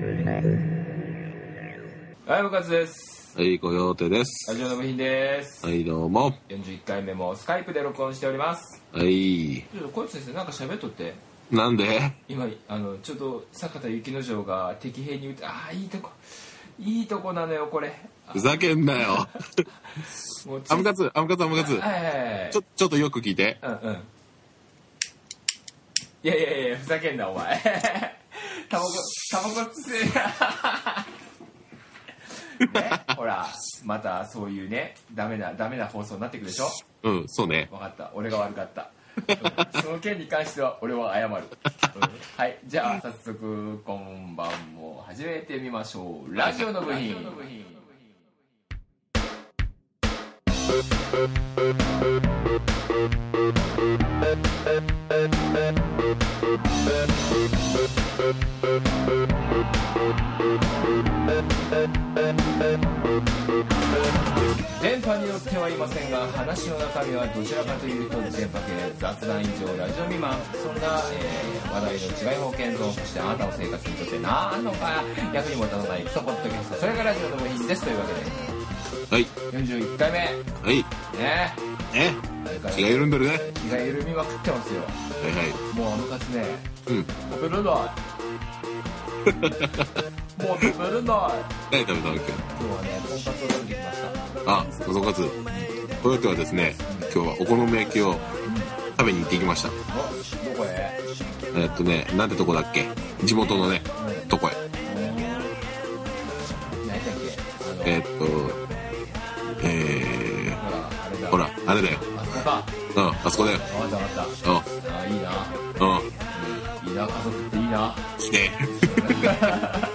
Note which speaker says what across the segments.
Speaker 1: はい、部活です。
Speaker 2: はい、小陽手です
Speaker 1: ラ。ジオの部品です。
Speaker 2: はい、どうも。
Speaker 1: 41回目もスカイプで録音しております。
Speaker 2: はい。
Speaker 1: ちょっと、こいつ先生、なんか喋っとって。
Speaker 2: なんで
Speaker 1: 今、あの、ちょっと、坂田幸之丞が敵兵に打って、ああ、いいとこ。いいとこなのよ、これ。
Speaker 2: ふざけんなよ。
Speaker 1: もうつい
Speaker 2: アムカツ、アムカツ、アムカツ。
Speaker 1: はいはいはい
Speaker 2: ちょ、ちょっとよく聞いて。
Speaker 1: うんうん。いやいやいや、ふざけんな、お前。 タバコ、タバコつせ ね、ほら、またそういうね、ダメな、ダメな放送になってくるでしょ
Speaker 2: うん、そうね。
Speaker 1: 分かった俺が悪かった、 うんその件に関しては俺は謝る、うんはいじゃあ早速今晩も始めてみましょうラジオの部品電波によってはいませんが話の中身はどちらかというと電波系雑談以上ラジオ未満そんな、えー話題の違い保険像そしてあなたの生活にとって何のか役にも立たない基礎ポッドキャストそれがラジオの部品ですというわ
Speaker 2: はい。
Speaker 1: けで41回目
Speaker 2: はい。
Speaker 1: ね
Speaker 2: え
Speaker 1: あれから
Speaker 2: 気が緩んでるね。は
Speaker 1: 気が緩みまくってますよ
Speaker 2: いはい。
Speaker 1: もうあのカツね
Speaker 2: うん。
Speaker 1: 食べれないもう食べれ
Speaker 2: 何食
Speaker 1: ない
Speaker 2: べたわけ
Speaker 1: 今日はねとんかつを食べてきました
Speaker 2: あ、そのカツ。小陽手はですね、今日はお好み焼きを食べに行ってきました。
Speaker 1: おどこへ
Speaker 2: えっとね、なんてとこだっけ地元のね、とこへ。
Speaker 1: 何だっけあの、
Speaker 2: えっと、え
Speaker 1: ほらあ
Speaker 2: ー、
Speaker 1: れだ
Speaker 2: ほら、あれだよ。
Speaker 1: あそこか
Speaker 2: うん、あそこだよ。
Speaker 1: あわかったわかっ
Speaker 2: う
Speaker 1: たあいいな、
Speaker 2: ん、うん。
Speaker 1: いいな家族っていいな
Speaker 2: 来て。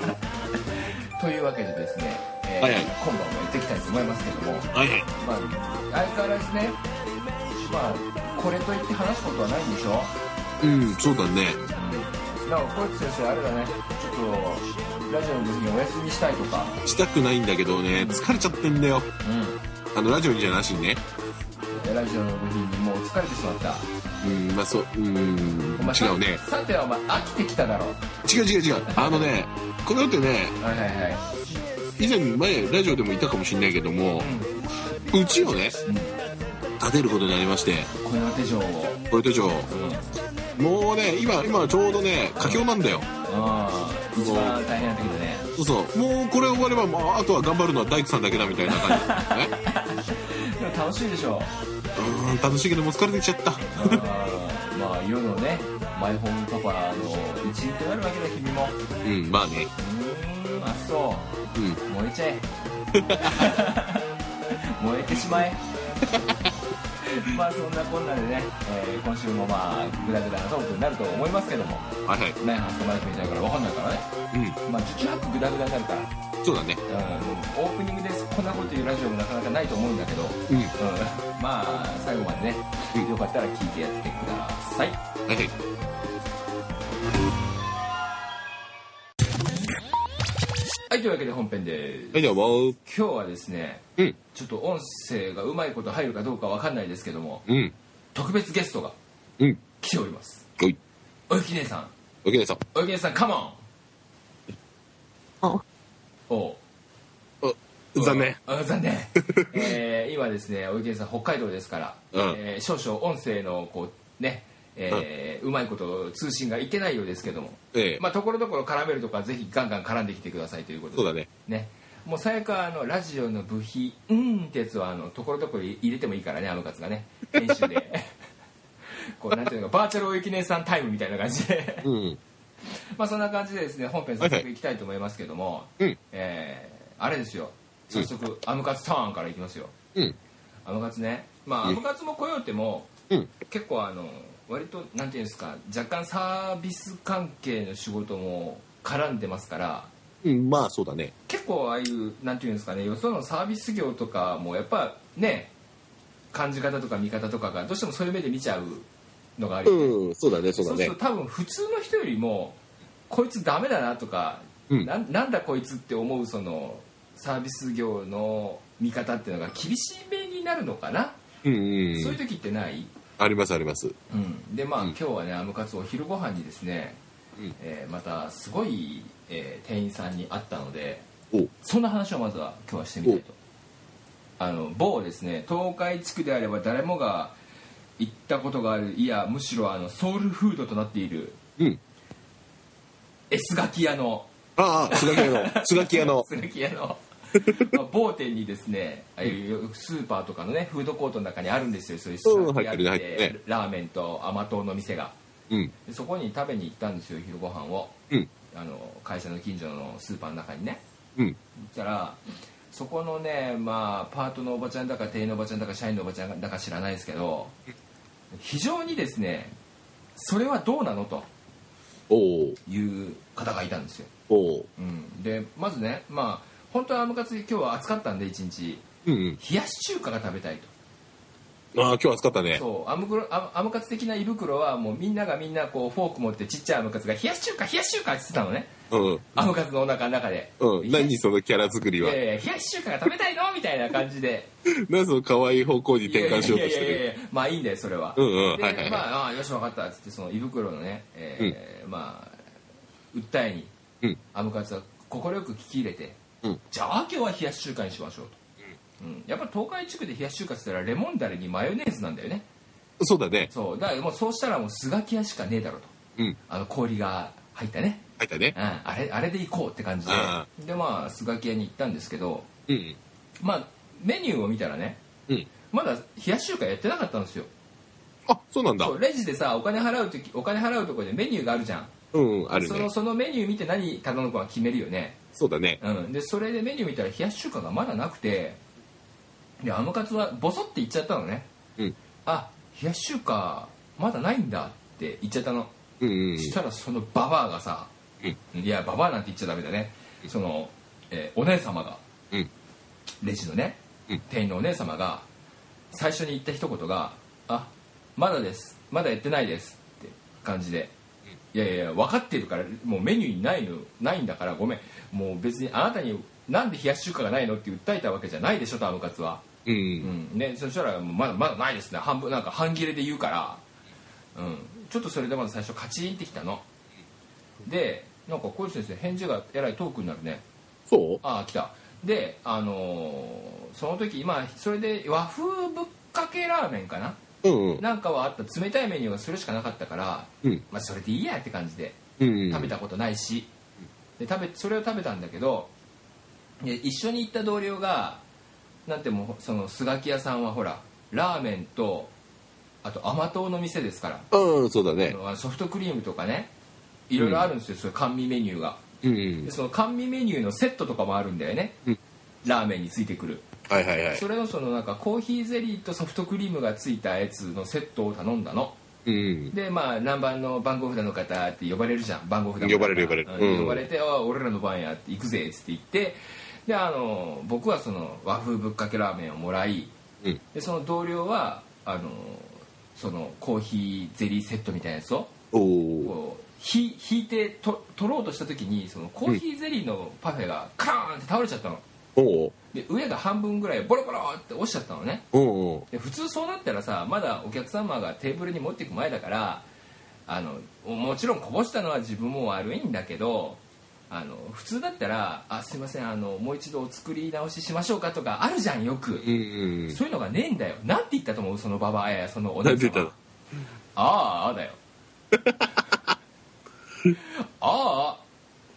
Speaker 1: というわけでですね、えー
Speaker 2: はいはい
Speaker 1: 今晩も行ってきたいと思いますけども
Speaker 2: はいはい。
Speaker 1: まあ相変わらずねまあこれといって話すことはないんでしょ
Speaker 2: うん、そうだね。
Speaker 1: なんかこいつ先生あれだねちょっとラジオの時にお休みしたいとか
Speaker 2: したくないんだけどね、疲れちゃってんだよ。あの、ラジオにじゃなしにね。
Speaker 1: ラジオの部品にもう疲れてしまった
Speaker 2: うん、まあ、そう、うん、
Speaker 1: お前
Speaker 2: 違うね。
Speaker 1: ささてはお前飽きてきただろ
Speaker 2: 違う違う違う。あのね、この世ってね、
Speaker 1: はいはいはい
Speaker 2: 以前前、ラジオでも言ったかもしれないけども、うちをね、建てることになりまして、
Speaker 1: この手錠を
Speaker 2: これ手帳、
Speaker 1: うん
Speaker 2: もうね、今、今ちょうどね、佳境なんだよ。
Speaker 1: ああ一番大変な時だね
Speaker 2: そうそう。もうこれ終われば、まあ、あとは頑張るのは大工さんだけだみたいな感じ だね。
Speaker 1: でも楽しいでしょ
Speaker 2: うーん、楽しいけどもう疲れてきちゃった。
Speaker 1: あーまあ世のねマイホームパパの一員となるわけだ君もう
Speaker 2: うん、まあね。
Speaker 1: ーんあそ
Speaker 2: うん。
Speaker 1: う燃えちゃえ 燃えてしまえまあそんなこんなでね、えー今週もまあグダグダなトークになると思いますけども
Speaker 2: はいはい。
Speaker 1: 何話すかまだ決めちゃうから分かんないからね
Speaker 2: う
Speaker 1: まあ18グダグダになるから
Speaker 2: ん、そうだね。
Speaker 1: うん、オープニングでこんなこと言うラジオもなかなかないと思うんだけど、うん、
Speaker 2: うん。は
Speaker 1: まあ最後までね
Speaker 2: うん
Speaker 1: よかったら聞いてやってください
Speaker 2: いはい。
Speaker 1: はいというわけで本編です
Speaker 2: はい、どうも。
Speaker 1: 今日はですね
Speaker 2: うん、
Speaker 1: ちょっと音声がうまいこと入るかどうかわかんないですけども
Speaker 2: うん、
Speaker 1: 特別ゲストが
Speaker 2: うん。
Speaker 1: 来ております
Speaker 2: おい、
Speaker 1: おゆき姉さん
Speaker 2: おきなさん。
Speaker 1: おゆき姉さんカモン
Speaker 3: あ
Speaker 1: おう
Speaker 2: あ、残念。
Speaker 1: あ残念えー今ですねおゆきねさん北海道ですから、
Speaker 2: うん
Speaker 1: えー少々音声のこうねえーうまいこと通信がいってないようですけども、
Speaker 2: ええ
Speaker 1: まあところどころ絡めるとかぜひガンガン絡んできてくださいということで
Speaker 2: そうだね。
Speaker 1: ねもう最悪はあのラジオの部品「うん」ってやつはあのところどころ入れてもいいからねあのカツがね編 集でこうなんていうのかバーチャルおゆきねさんタイムみたいな感じで
Speaker 2: うん。
Speaker 1: まあそんな感じでですね本編早速いきたいと思いますけども、
Speaker 2: うん
Speaker 1: えーあれですよ早速、アムカツターンからいきますよ
Speaker 2: うん。
Speaker 1: アムカツねまあ、
Speaker 2: うん
Speaker 1: アムカツも来ようっても
Speaker 2: うん。
Speaker 1: 結構あの割となんていうんですか若干サービス関係の仕事も絡んでますから
Speaker 2: うん、まあ、そうだね。
Speaker 1: 結構ああいうなんていうんですかねよそのサービス業とかもやっぱね感じ方とか見方とかがどうしてもそういう目で見ちゃうのがあるよね、
Speaker 2: うん、そうだね、そう
Speaker 1: そ
Speaker 2: だ
Speaker 1: うす
Speaker 2: ね
Speaker 1: ると。多分普通の人よりもこいつダメだなとか、
Speaker 2: うん
Speaker 1: ななんだこいつって思うそのサービス業の見方っていうのが厳しめになるのかな、
Speaker 2: うん、う。
Speaker 1: そういうん時ってない、
Speaker 2: あります、あります。
Speaker 1: でまあ、
Speaker 2: うん
Speaker 1: 今日はねアムカツお昼ご飯にですね、
Speaker 2: うん
Speaker 1: えーまたすごい、えー店員さんに会ったので
Speaker 2: お
Speaker 1: そんな話をまずは今日はしてみたいとあの某ですね東海地区であれば誰もが行ったことがあるいやむしろあのソウルフードとなっている
Speaker 2: うん
Speaker 1: エスガキ屋の
Speaker 2: ああ、つがき屋 の、つがき屋の。
Speaker 1: スガキ屋 のまあ某店にですねああいうスーパーとかのねフードコートの中にあるんですよそういうスガキ屋っ
Speaker 2: うん入ってるね入ってる
Speaker 1: てラーメンと甘党の店が
Speaker 2: うん。
Speaker 1: でそこに食べに行ったんですよ昼ご飯を
Speaker 2: うん。
Speaker 1: あの会社の近所のスーパーの中にね
Speaker 2: うん。
Speaker 1: 行ったらそこのねまあパートのおばちゃんだか店員のおばちゃんだか社員のおばちゃんだか知らないですけど非常にですねそれはどうなのと
Speaker 2: おお
Speaker 1: いう方がいたんですよ、
Speaker 2: おお
Speaker 1: うん、でまずねまあ本当はムカつ今日は暑かったんで一日
Speaker 2: うんうん。
Speaker 1: 冷やし中華が食べたいと
Speaker 2: ああ、今日暑かったね。
Speaker 1: そうアムクロアアムカツ的な胃袋はもうみんながみんなこうフォーク持ってちっちゃいアムカツが冷やし中華冷やし中華って言ってたのね
Speaker 2: うん。
Speaker 1: アムカツのお腹の中で
Speaker 2: うん。何そのキャラ作り
Speaker 1: い
Speaker 2: は
Speaker 1: や。いや冷やし中華が食べたいのみたいな感じで
Speaker 2: 何その可愛い方向に
Speaker 1: いや
Speaker 2: 転換しようとして
Speaker 1: いやいやい
Speaker 2: る。
Speaker 1: やいやまあいいんだよそれは、
Speaker 2: うんうん
Speaker 1: で
Speaker 2: はいはいはい
Speaker 1: まあああよし分かったっつってその胃袋のね、えーまあ訴えに、
Speaker 2: うん
Speaker 1: アムカツは快く聞き入れて、
Speaker 2: うん
Speaker 1: じゃあ今日は冷やし中華にしましょうと、うんやっぱ東海地区で冷やし中華って言ったらレモンだれにマヨネーズなんだよね
Speaker 2: そうだね。
Speaker 1: そうだからもうそうしたらもうスガキ屋しかねえだろうと
Speaker 2: うん。
Speaker 1: あの氷が入ったね、
Speaker 2: 入った
Speaker 1: う
Speaker 2: ね
Speaker 1: ん。あれあれで行こうって感じで
Speaker 2: あ
Speaker 1: でまあスガキ屋に行ったんですけど
Speaker 2: うん。
Speaker 1: まあメニューを見たらね
Speaker 2: うん。
Speaker 1: まだ冷やし中華やってなかったんですよ
Speaker 2: あ、そうなんだ
Speaker 1: そ。うレジでさお金払う時お金払うとこでメニューがあるじゃん、
Speaker 2: うんうん、ある
Speaker 1: その
Speaker 2: ね。
Speaker 1: そのメニュー見て何頼むかは決めるよね、
Speaker 2: そうだね。
Speaker 1: うん、でそれでメニュー見たら冷やし中華がまだなくてでアムカツはボソって言っちゃったのね
Speaker 2: うん。
Speaker 1: あ冷やし中華まだないんだって言っちゃったの、
Speaker 2: うんうん
Speaker 1: そしたらそのババアがさ、いやババアなんて言っちゃダメだねその、えーお姉様が
Speaker 2: うん。
Speaker 1: レジのね、
Speaker 2: うん
Speaker 1: 店員のお姉様が最初に言った一言が「あまだですまだやってないです」って感じで「いやいや分かってるからもうメニューにないのないんだからごめんもう別にあなたになんで冷やし中華がないの?」って訴えたわけじゃないでしょとアムカツは、
Speaker 2: うん。う。
Speaker 1: うんんね、そしたらもうまだ「まだないですね」半分なんか半切れで言うから、うん、ちょっとそれでまず最初カチンってきたのでなんか小路先生返事がえらいトークになるね
Speaker 2: そう
Speaker 1: ああ来たであのーその時今それで和風ぶっかけラーメンかな
Speaker 2: うんうん。
Speaker 1: なんかはあった冷たいメニューがそれしかなかったから、
Speaker 2: うん。
Speaker 1: まあ、それでいいやって感じで
Speaker 2: うん。
Speaker 1: 食べたことないしで食べそれを食べたんだけどで一緒に行った同僚がなんてもうそのスガキ屋さんはほらラーメンとあと甘党の店ですから
Speaker 2: うん、そうだ
Speaker 1: あ
Speaker 2: ね。
Speaker 1: のソフトクリームとかねいろいろあるんですよ、そういう甘味メニューが
Speaker 2: うんう
Speaker 1: で
Speaker 2: ん。
Speaker 1: その甘味メニューのセットとかもあるんだよね、
Speaker 2: うん
Speaker 1: ラーメンについてくる、
Speaker 2: はいはいはい
Speaker 1: そ。れのそのなんかコーヒーゼリーとソフトクリームがついたやつのセットを頼んだの
Speaker 2: うん。
Speaker 1: でまあ何番の番号札の方って呼ばれるじゃん番号札の方
Speaker 2: 呼ばれる呼ばれる
Speaker 1: うん
Speaker 2: うん
Speaker 1: 呼ばれて「あ俺らの番や」って「行くぜ」っつって言ってであの僕はその和風ぶっかけラーメンをもらい
Speaker 2: うん。
Speaker 1: でその同僚はあのそのコーヒーゼリーセットみたいなやつを
Speaker 2: おお。
Speaker 1: こうひ引いてと取ろうとした時にそのコーヒーゼリーのパフェがカーンって倒れちゃったの
Speaker 2: おお。
Speaker 1: で上が半分ぐらいボロボロって落ちちゃったのね
Speaker 2: おお。
Speaker 1: で普通そうなったらさまだお客様がテーブルに持っていく前だからあのももちろんこぼしたのは自分も悪いんだけどあの普通だったら「あすいませんあのもう一度お作り直ししましょうか」とかあるじゃんよく、
Speaker 2: うんうん。
Speaker 1: そういうのがねえんだよなんて言ったと思うそのババアやそのお
Speaker 2: な
Speaker 1: 姉
Speaker 2: んて言
Speaker 1: 様
Speaker 2: ったの
Speaker 1: あーあー だよあーああー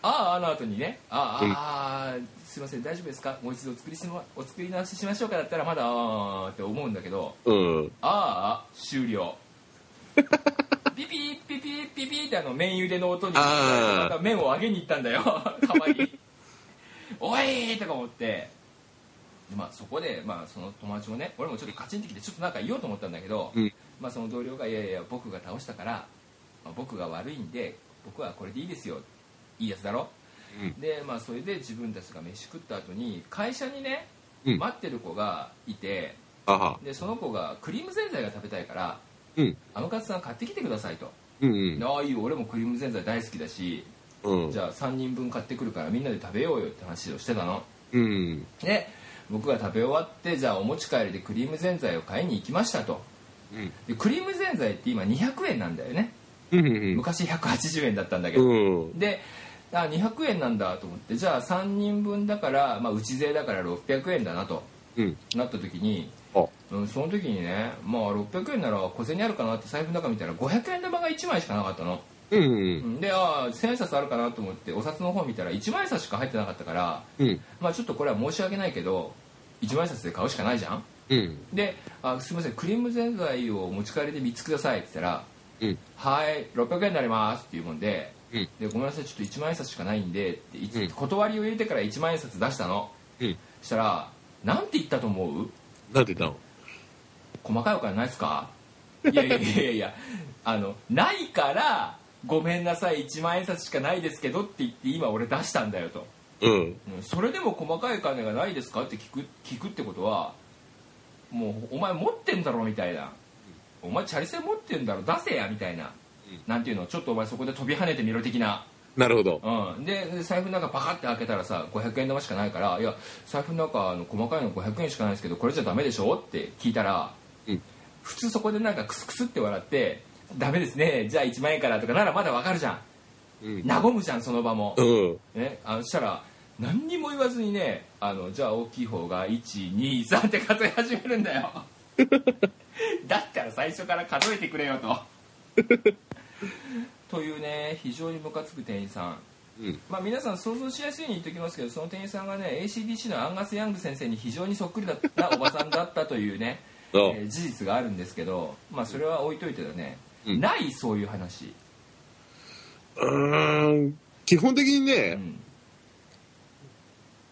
Speaker 1: あーの後にねあーあー、あーすいません大丈夫ですかもう一度お作りし、ま、お作り直ししましょうかだったらまだあーあーって思うんだけど
Speaker 2: うん。
Speaker 1: あーあー終 了ピピーピピーピピーってあの麺茹での音に
Speaker 2: あー
Speaker 1: また麺を揚げに行ったんだよ たまに「おい!」とか思ってでまあそこで、まあ、その友達もね俺もちょっとカチンってきてちょっとなんか言おうと思ったんだけど、
Speaker 2: うん
Speaker 1: まあ、その同僚が「いやいや僕が倒したから、まあ僕が悪いんで僕はこれでいいですよいいやつだろ」
Speaker 2: うん
Speaker 1: でまあそれで自分たちが飯食った後に会社にね
Speaker 2: うん
Speaker 1: 待ってる子がいて、
Speaker 2: あは。
Speaker 1: でその子がクリームぜんざいが食べたいから
Speaker 2: うん。
Speaker 1: 「アムカツさん買ってきてください」と
Speaker 2: うん
Speaker 1: 「ああいいよ俺もクリームぜんざい大好きだし
Speaker 2: うん。
Speaker 1: じゃあ3人分買ってくるからみんなで食べようよ」って話をしてたの
Speaker 2: うん。
Speaker 1: で僕が食べ終わってじゃあお持ち帰りでクリームぜんざいを買いに行きましたと
Speaker 2: うん。
Speaker 1: でクリームぜんざいって今200円なんだよね
Speaker 2: うん。
Speaker 1: 昔180円だったんだけど、
Speaker 2: うん。
Speaker 1: であ200円なんだと思ってじゃあ3人分だから、まあ、うち税だから600円だなと
Speaker 2: うん
Speaker 1: なった時に、
Speaker 2: あ
Speaker 1: うん、その時にね、まあ、600円なら小銭あるかなって財布の中見たら500円玉が1枚しかなかったの、
Speaker 2: うん
Speaker 1: う、んでああ1000円札あるかなと思ってお札の方見たら1枚札しか入ってなかったから、
Speaker 2: うん、
Speaker 1: まあ、ちょっとこれは申し訳ないけど1枚札で買うしかないじゃん
Speaker 2: うん、
Speaker 1: であ「すみませんクリームぜんざいをお持ち帰りで3つください」って言ったら
Speaker 2: うん、
Speaker 1: 「はい600円になります」っていうもんで
Speaker 2: うん
Speaker 1: で「ごめんなさいちょっと1万円札しかないんで」っていつ
Speaker 2: うん
Speaker 1: 断りを入れてから1万円札出したの
Speaker 2: うん。
Speaker 1: したら「なんて言ったと思う
Speaker 2: なんでだろ
Speaker 1: 細かいお金ないっすか?」いやいやいやいやいやあのないから「ごめんなさい1万円札しかないですけど」って言って今俺出したんだよと。
Speaker 2: う。うん。
Speaker 1: うんそれでも細かい金がないですかって聞く聞くってことはもうお前持ってんだろみたいなお前チャリ線持ってんだろ出せやみたいな、
Speaker 2: うん
Speaker 1: なんていうのちょっとお前そこで飛び跳ねてみろ的な、
Speaker 2: なるほど。
Speaker 1: うん、で財布の中パカって開けたらさ500円玉しかないからいや財布の中あの細かいの500円しかないですけどこれじゃダメでしょって聞いたら、
Speaker 2: うん
Speaker 1: 普通そこでなんかクスクスって笑ってダメですねじゃあ1万円からとかならまだわかるじゃ
Speaker 2: うん
Speaker 1: ん。和むじゃんその場も、
Speaker 2: うん。
Speaker 1: ね、あのしたら何にも言わずにねあのじゃあ大きい方が123って数え始めるんだよ だったら最初から数えてくれ よとというね非常にムカつく店員さん
Speaker 2: うん。
Speaker 1: まあ皆さん想像しやすいように言っておきますけどその店員さんがね ACDC のアンガス・ヤング先生に非常にそっくりだったおばさんだったというね、
Speaker 2: あ
Speaker 1: えー事実があるんですけどまあそれは置いといてだね、
Speaker 2: うん
Speaker 1: ないそういう話、
Speaker 2: うーん。基本的に
Speaker 1: う
Speaker 2: ね、
Speaker 1: ん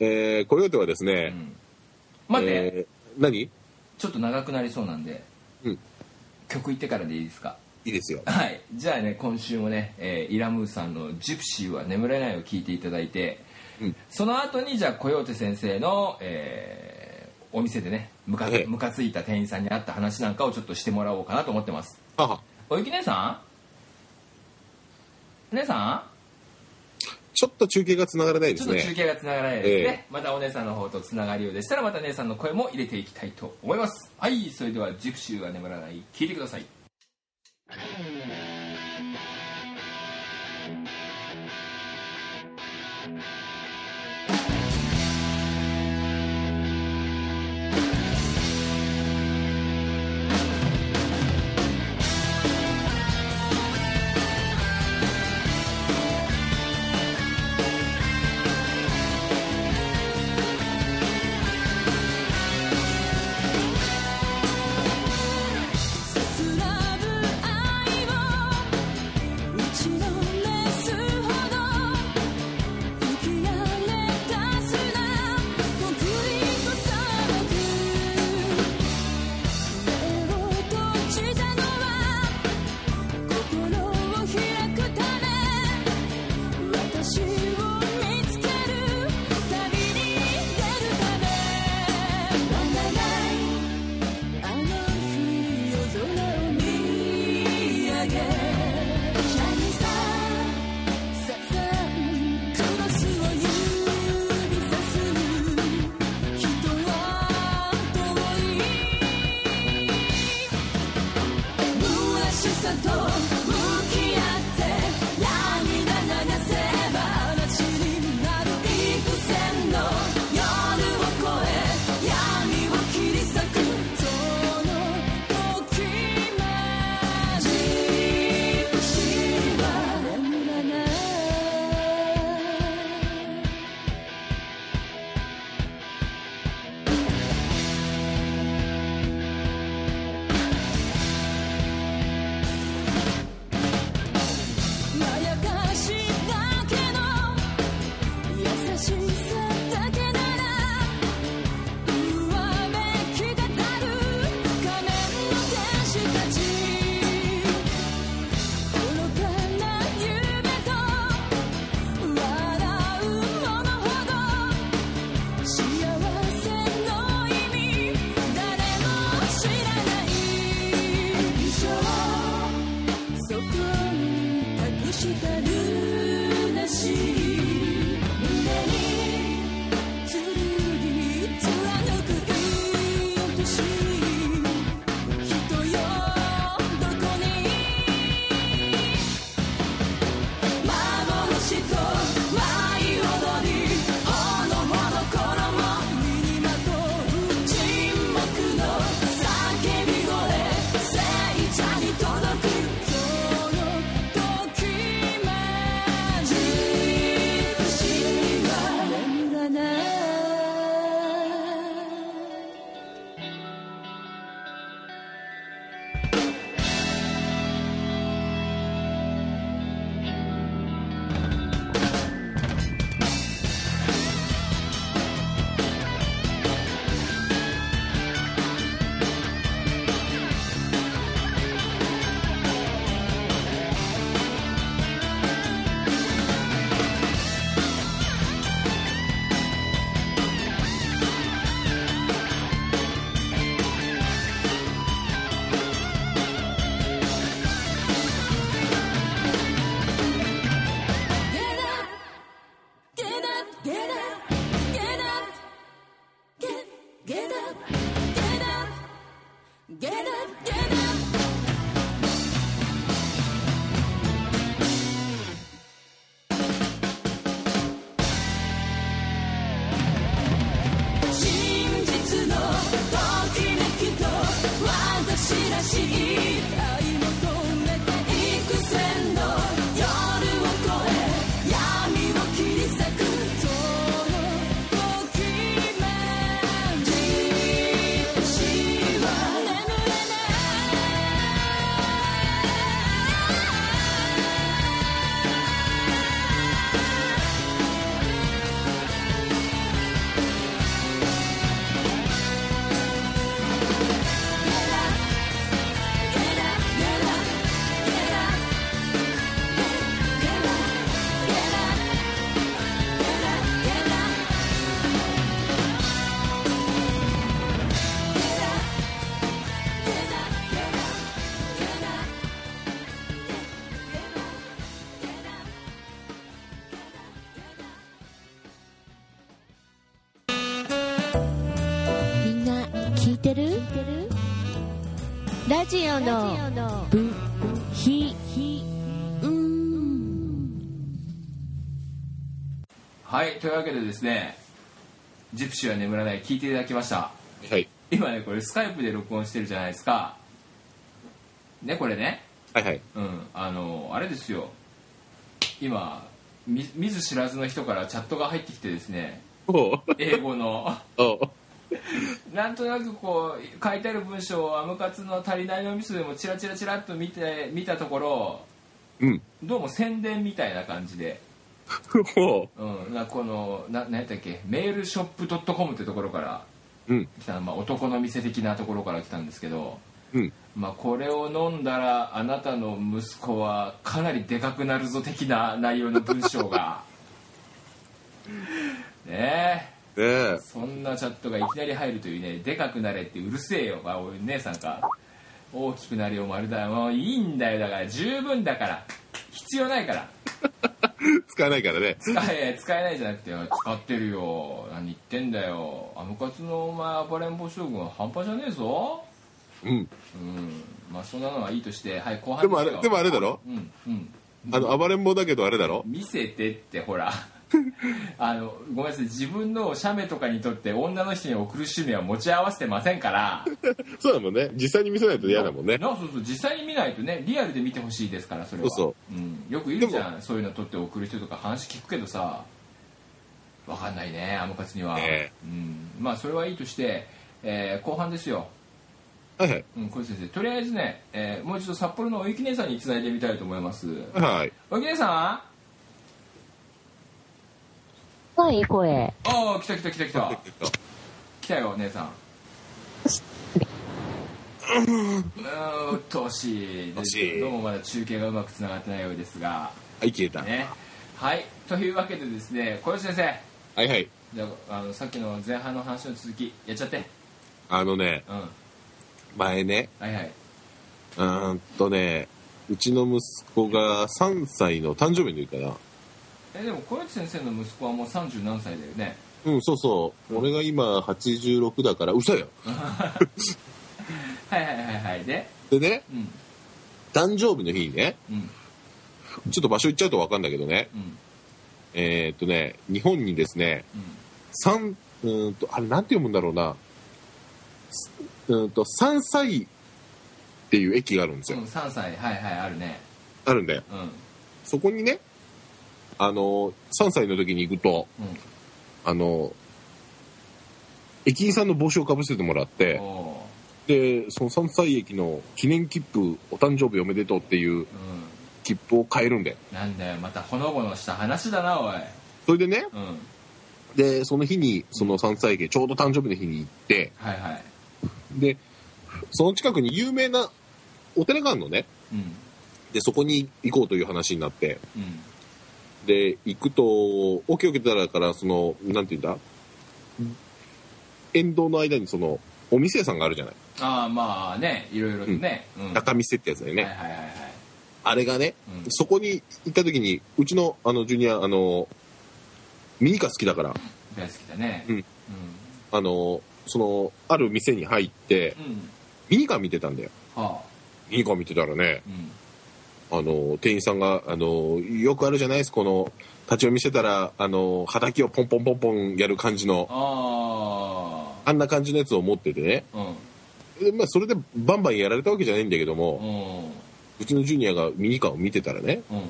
Speaker 2: えー、コヨーテはです
Speaker 1: う
Speaker 2: ね、
Speaker 1: ん、待って、
Speaker 2: えー何い
Speaker 1: ちょっと長くなりそうなんで、
Speaker 2: うん
Speaker 1: 曲行ってからでいいですか
Speaker 2: いですよ。
Speaker 1: はいじゃあね今週もね、えーイラムーさんの「ジプシーは眠れない」を聞いていただいて、
Speaker 2: うん
Speaker 1: その後にじゃあコヨーテ先生の、えーお店でねムカ,、
Speaker 2: ええ
Speaker 1: ムカついた店員さんに会った話なんかをちょっとしてもらおうかなと思ってます
Speaker 2: はは。
Speaker 1: おゆき姉さん姉さ
Speaker 2: ちょっと中継がつながらない
Speaker 1: ん
Speaker 2: で
Speaker 1: ちょ
Speaker 2: す
Speaker 1: っと中
Speaker 2: ね。
Speaker 1: 継がつながらないですね
Speaker 2: え、
Speaker 1: またお姉さんの方とつながりようでしたらまた姉さんの声も入れていきたいと思いますはいそれでは「ジプシーは眠らない」聞いてください
Speaker 3: 「さすらい Get up, get up, get, get up, get up, get up, get up. 真実のときめきと私らしい愛を込めて幾千の夜を越え闇を切り裂くそのときめき私は眠れない
Speaker 4: みんな聞いてるラジオの部品
Speaker 1: はいというわけでですね「ジプシーは眠らない」聞いていただきました
Speaker 2: はい。
Speaker 1: 今ねこれスカイプで録音してるじゃないですかねこれね
Speaker 2: はいはい。
Speaker 1: うんあのあれですよ今見見ず知らずの人からチャットが入ってきてですね
Speaker 2: おう
Speaker 1: 英語の
Speaker 2: おう
Speaker 1: なんとなくこう書いてある文章をアムカツの足りないのミスでもチラチラチラっと見て見たところ
Speaker 2: うん。
Speaker 1: どうも宣伝みたいな感じで、
Speaker 2: おう
Speaker 1: うん、なこのな何やったっけメールショップ .com ってところから
Speaker 2: うん。
Speaker 1: 来た、まあ、男の店的なところから来たんですけど、
Speaker 2: うん。
Speaker 1: まあ、これを飲んだらあなたの息子はかなりでかくなるぞ的な内容の文章がねえ
Speaker 2: ねえ。
Speaker 1: そんなチャットがいきなり入るというねでかくなれってうるせえよ、まあ、お姉さんか大きくなるよ丸だもういいんだよだから十分だから必要ないから
Speaker 2: 使わないからね。
Speaker 1: 使え使えないじゃなくて使ってるよ何言ってんだよアムカツのお前暴れん坊将軍は半端じゃねえぞ
Speaker 2: うん。
Speaker 1: うんまあそんなのはいいとしてはい後半
Speaker 2: でもあ
Speaker 1: す
Speaker 2: れ、
Speaker 1: よ
Speaker 2: でもあれだろ
Speaker 1: うんうん
Speaker 2: あの、暴れん坊だけどあれだろ
Speaker 1: 見せてってほら あのごめんなさい自分の写メとかにとって女の人に送る趣味は持ち合わせてませんから
Speaker 2: そうだもんね。実際に見せないと嫌だもんね。
Speaker 1: なそうそう実際に見ないとねリアルで見てほしいですからそれは、
Speaker 2: そう
Speaker 1: ん、よくいるじゃんそういうの撮って送る人とか話聞くけどさわかんないねアムカツには、
Speaker 2: ね
Speaker 1: うん、まあそれはいいとして、えー後半ですよ、
Speaker 2: はいはい。
Speaker 1: うん、小石先生とりあえずね、えーもう一度札幌のおゆき姉さんにつないでみたいと思います
Speaker 2: はい。
Speaker 1: おゆき姉さ
Speaker 4: はい声
Speaker 1: んおお来た来た来た来た来たよお姉さんうーんうっとうし
Speaker 2: う
Speaker 1: いで
Speaker 2: っとうしい
Speaker 1: どうもまだ中継がうまくつながってないようですが
Speaker 2: はい、消えた。
Speaker 1: ね、はいというわけでですね小吉先生
Speaker 2: はいはい。
Speaker 1: じゃああのさっきの前半の話の続きやっちゃって
Speaker 2: あのね、
Speaker 1: うんは
Speaker 2: 前ね、
Speaker 1: いはいう
Speaker 2: ーんとね、うちの息子が3歳の誕生日の時かな。
Speaker 1: えでも小吉先生の息子はもう30何歳だよね
Speaker 2: うん、そうそう。俺が今86だから、嘘よ。
Speaker 1: はいはいはいはいで
Speaker 2: でね、
Speaker 1: うん
Speaker 2: 誕生日の日にね、
Speaker 1: うん
Speaker 2: ちょっと場所行っちゃうとわかんだけどね、
Speaker 1: うん
Speaker 2: えーっとね、日本にですね、三、うーんと、あれなんて読むんだろうな、すうーんと、三歳っていう駅があるんです
Speaker 1: うん、
Speaker 2: よ。
Speaker 1: うん、3歳はいはいあるね
Speaker 2: あるんだよ。
Speaker 1: うん
Speaker 2: そこにね、あの、3歳の時に行くと、
Speaker 1: う
Speaker 2: あの、駅員さんの帽子をかぶせてもらって
Speaker 1: んお、お
Speaker 2: で、その3歳駅の記念切符、お誕生日おめでとうっていう
Speaker 1: ーうん
Speaker 2: 切符を買えるんだよ。
Speaker 1: なんだよまたほのぼのした話だなおい
Speaker 2: それでね、
Speaker 1: うん
Speaker 2: で、その日に、その3歳駅、ちょうど誕生日の日に行って、
Speaker 1: はいはい
Speaker 2: で、その近くに有名なお寺があるのね。
Speaker 1: うん
Speaker 2: で、そこに行こうという話になって、
Speaker 1: うん
Speaker 2: で、行くと、オケオケだから、その、なんて言うんだ沿道の間にその、お店屋さんがあるじゃない。
Speaker 1: ああまあねいろいろとね、うん
Speaker 2: 中店ってやつだよね。
Speaker 1: はいはいはいはい
Speaker 2: あれがね、
Speaker 1: うん
Speaker 2: そこに行った時に、うちの、あの、ジュニア、あの、ミニカー好きだから、
Speaker 1: 大好きだね
Speaker 2: うんあの、その、ある店に入って、
Speaker 1: うん、うん、
Speaker 2: ミニカー見てたんだよ。
Speaker 1: はあ
Speaker 2: ミニカー見てたらね、
Speaker 1: うん
Speaker 2: あの、店員さんが、あの、よくあるじゃないですか、この、立ち読みしてたら、あの、畑をポンポンポンポンやる感じの、
Speaker 1: あ
Speaker 2: あんな感じのやつを持っててね。
Speaker 1: あうん
Speaker 2: でまあ、それでバンバンやられたわけじゃないんだけども、
Speaker 1: うん
Speaker 2: うちのジュニアがミニカーを見てたらね、
Speaker 1: うん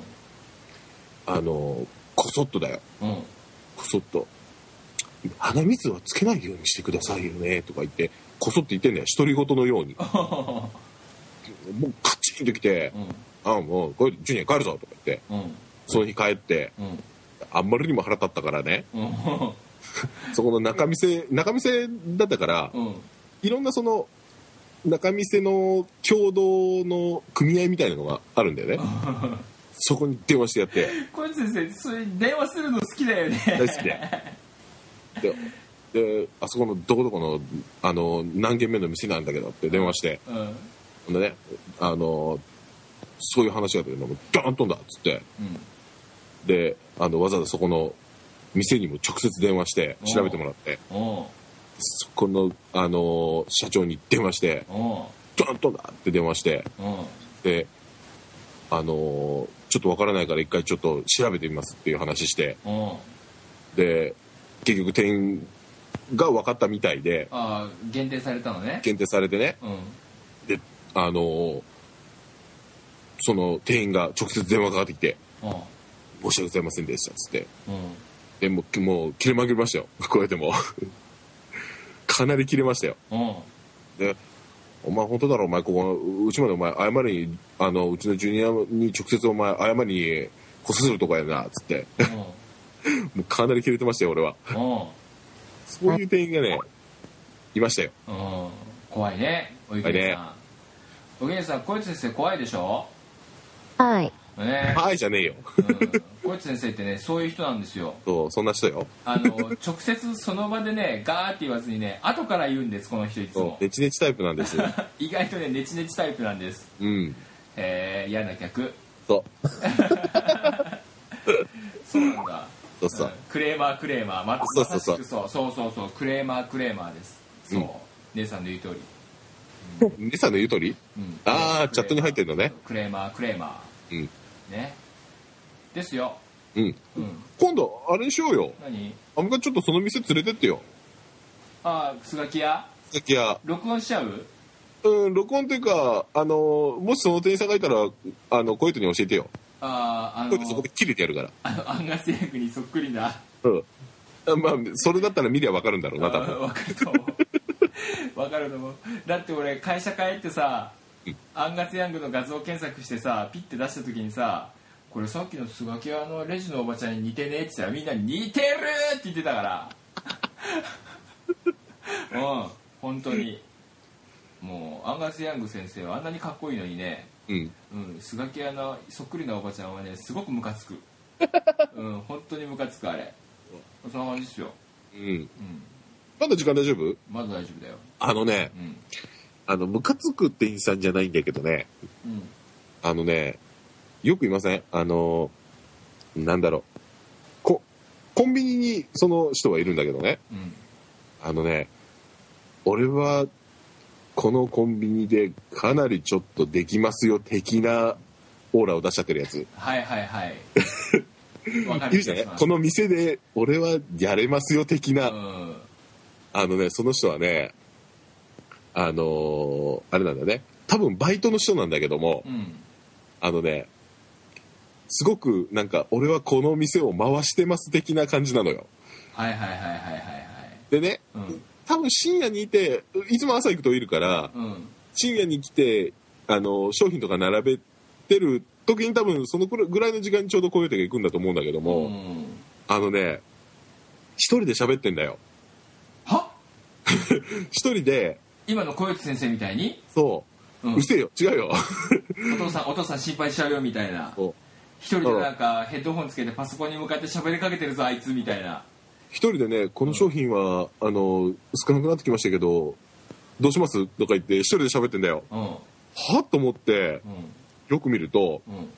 Speaker 2: あの、こそっとだよ。
Speaker 1: うん
Speaker 2: こそっと。鼻水はつけないようにしてくださいよね、とか言って、こそって言ってんだよ。独り言のように。もうカチンときて、あもう、これ、ジュニア帰るぞ、とか言って、
Speaker 1: うんうん
Speaker 2: その日帰って、
Speaker 1: うん
Speaker 2: あんまりにも腹立ったからね、
Speaker 1: うん
Speaker 2: そこの中店、中店だったから、
Speaker 1: うん
Speaker 2: いろんなその、中店の共同の組合みたいなのがあるんだよね。そこに電話してやって、
Speaker 1: こいつ先生それ電話するの好きだよね
Speaker 2: 大好きで。で、であそこのどこどこの、あの、何軒目の店なんだけどって電話して、
Speaker 1: うん
Speaker 2: ほんでね、あの、そういう話が出て、もうドーンとんだっつって、
Speaker 1: うん
Speaker 2: であのわざわざそこの店にも直接電話して
Speaker 1: おう
Speaker 2: 調べてもらって
Speaker 1: おう
Speaker 2: そこの、あのー社長に電話して
Speaker 1: おう
Speaker 2: ドンドンだって電話して
Speaker 1: おう
Speaker 2: で、あのーちょっとわからないから一回ちょっと調べてみますっていう話して
Speaker 1: おう
Speaker 2: で結局店員が分かったみたいで
Speaker 1: ああ限定されたのね
Speaker 2: 検定されてね
Speaker 1: うん
Speaker 2: で、あのーその店員が直接電話かかってきて
Speaker 1: おう
Speaker 2: 「申し訳ございませんでした」っつって
Speaker 1: うん
Speaker 2: でもうもう切れまくりましたよ こうやってもかなり切れましたよ
Speaker 1: おう
Speaker 2: でお前本当だろお前ここううちまでお前謝りにあのうちのジュニアに直接お前謝りにこすするとかやなっつってもうかなり切れてましたよ俺は
Speaker 1: おうおう
Speaker 2: そういう店員がねいましたよ
Speaker 1: うん怖いねおゆきねさんおゆきねさんこいつ先生怖いでしょ
Speaker 4: はい。
Speaker 2: 「
Speaker 1: ね
Speaker 2: はい」じゃねえよ
Speaker 1: うんこいつ先生ってねそういう人なんですよ
Speaker 2: そうそんな人よ
Speaker 1: あの直接その場でねガーって言わずにね後から言うんですこの人いつ
Speaker 2: そ
Speaker 1: も
Speaker 2: うネチネチタイプなんです
Speaker 1: 意外とねネチネチタイプなんです
Speaker 2: うん
Speaker 1: えー、嫌な客
Speaker 2: そう
Speaker 1: そうなんだ
Speaker 2: そうそうん
Speaker 1: クレーマークレーマーま
Speaker 2: そう
Speaker 1: ま
Speaker 2: そうそ
Speaker 1: さし
Speaker 2: う
Speaker 1: くそうそうそうそうクレーマークレーマーですそう、
Speaker 2: うん
Speaker 1: 姉さんの言う通り、
Speaker 2: 姉さんの言う通り
Speaker 1: うん
Speaker 2: あーチャットに入ってんの
Speaker 1: る
Speaker 2: ね
Speaker 1: クレーマークレーマ
Speaker 2: うん
Speaker 1: ーねですよ
Speaker 2: うん
Speaker 1: うん
Speaker 2: 今度あれにしようよ
Speaker 1: 何
Speaker 2: アムカちょっとその店連れてってよ
Speaker 1: ああスガキ屋
Speaker 2: さっきや
Speaker 1: 録音しちゃう
Speaker 2: うん、録音というか、あの、もしその店員さんがいたら、あの、こういう人に教えてよ。
Speaker 1: あああ
Speaker 2: こういう人そこで
Speaker 1: の
Speaker 2: 切れてやるから。
Speaker 1: あのアンガス役にそっくりな
Speaker 2: うん。あまあ、それだったら見りゃわかるんだろうな、多
Speaker 1: あー
Speaker 2: 分。
Speaker 1: わかると思うわかると思うだって俺会社帰ってさアンガス・ヤングの画像検索してさピッて出した時にさこれさっきのスガキ屋のレジのおばちゃんに似てねえって言ったらみんな似てるって言ってたからうん本当にもうアンガス・ヤング先生はあんなにかっこいいのにね
Speaker 2: うん。
Speaker 1: うん、スガキ屋のそっくりなおばちゃんはねすごくムカつくうん本当にムカつくあれそんな感じですよ、
Speaker 2: うん。
Speaker 1: うん、
Speaker 2: まだ時間大丈夫
Speaker 1: まだ大丈夫だよ
Speaker 2: あのね、
Speaker 1: うん
Speaker 2: あの、ムカつく店員さんじゃないんだけどね、
Speaker 1: うん
Speaker 2: あのね、よくいませんあの、なんだろう。こ、コンビニにその人はいるんだけどね、
Speaker 1: うん
Speaker 2: あのね、俺は、このコンビニでかなりちょっとできますよ、的なオーラを出しちゃってるやつ。
Speaker 1: はいは いはいわか
Speaker 2: い
Speaker 1: る
Speaker 2: る
Speaker 1: 気
Speaker 2: じゃ
Speaker 1: が
Speaker 2: ない
Speaker 1: します
Speaker 2: この店で、俺はやれますよ、的
Speaker 1: う
Speaker 2: な。
Speaker 1: ん
Speaker 2: あのね、その人はね、あのーあれなんだね。多分バイトの人なんだけども
Speaker 1: う、ん
Speaker 2: あのね、すごくなんか、俺はこの店を回してます的な感じなのよ。
Speaker 1: はいはいはいはいはい
Speaker 2: でね、
Speaker 1: はいうん
Speaker 2: 多分深夜にいて、いつも朝行くといるから、
Speaker 1: うん
Speaker 2: 深夜に来て、あの、商品とか並べてる時に多分その頃ぐらいの時間にちょうどこういう時が行くんだと思うんだけども、
Speaker 1: うん
Speaker 2: あのね、一人で喋ってんだよ。
Speaker 1: は
Speaker 2: 一人で、
Speaker 1: 今の小雪先生みたいに、
Speaker 2: そうう、
Speaker 1: ん
Speaker 2: うるせえよ、違うよ。
Speaker 1: お父さんお父さん心配しちゃうよみたいな
Speaker 2: そう
Speaker 1: 一人でなんかヘッドホンつけてパソコンに向かって喋りかけてるぞあいつみたいな
Speaker 2: 一人でね、この商品は、あの、少なくなってきましたけど、どうしますとか言って一人で喋ってんだよ。
Speaker 1: うんうん
Speaker 2: はと思って、よく見ると、
Speaker 1: うん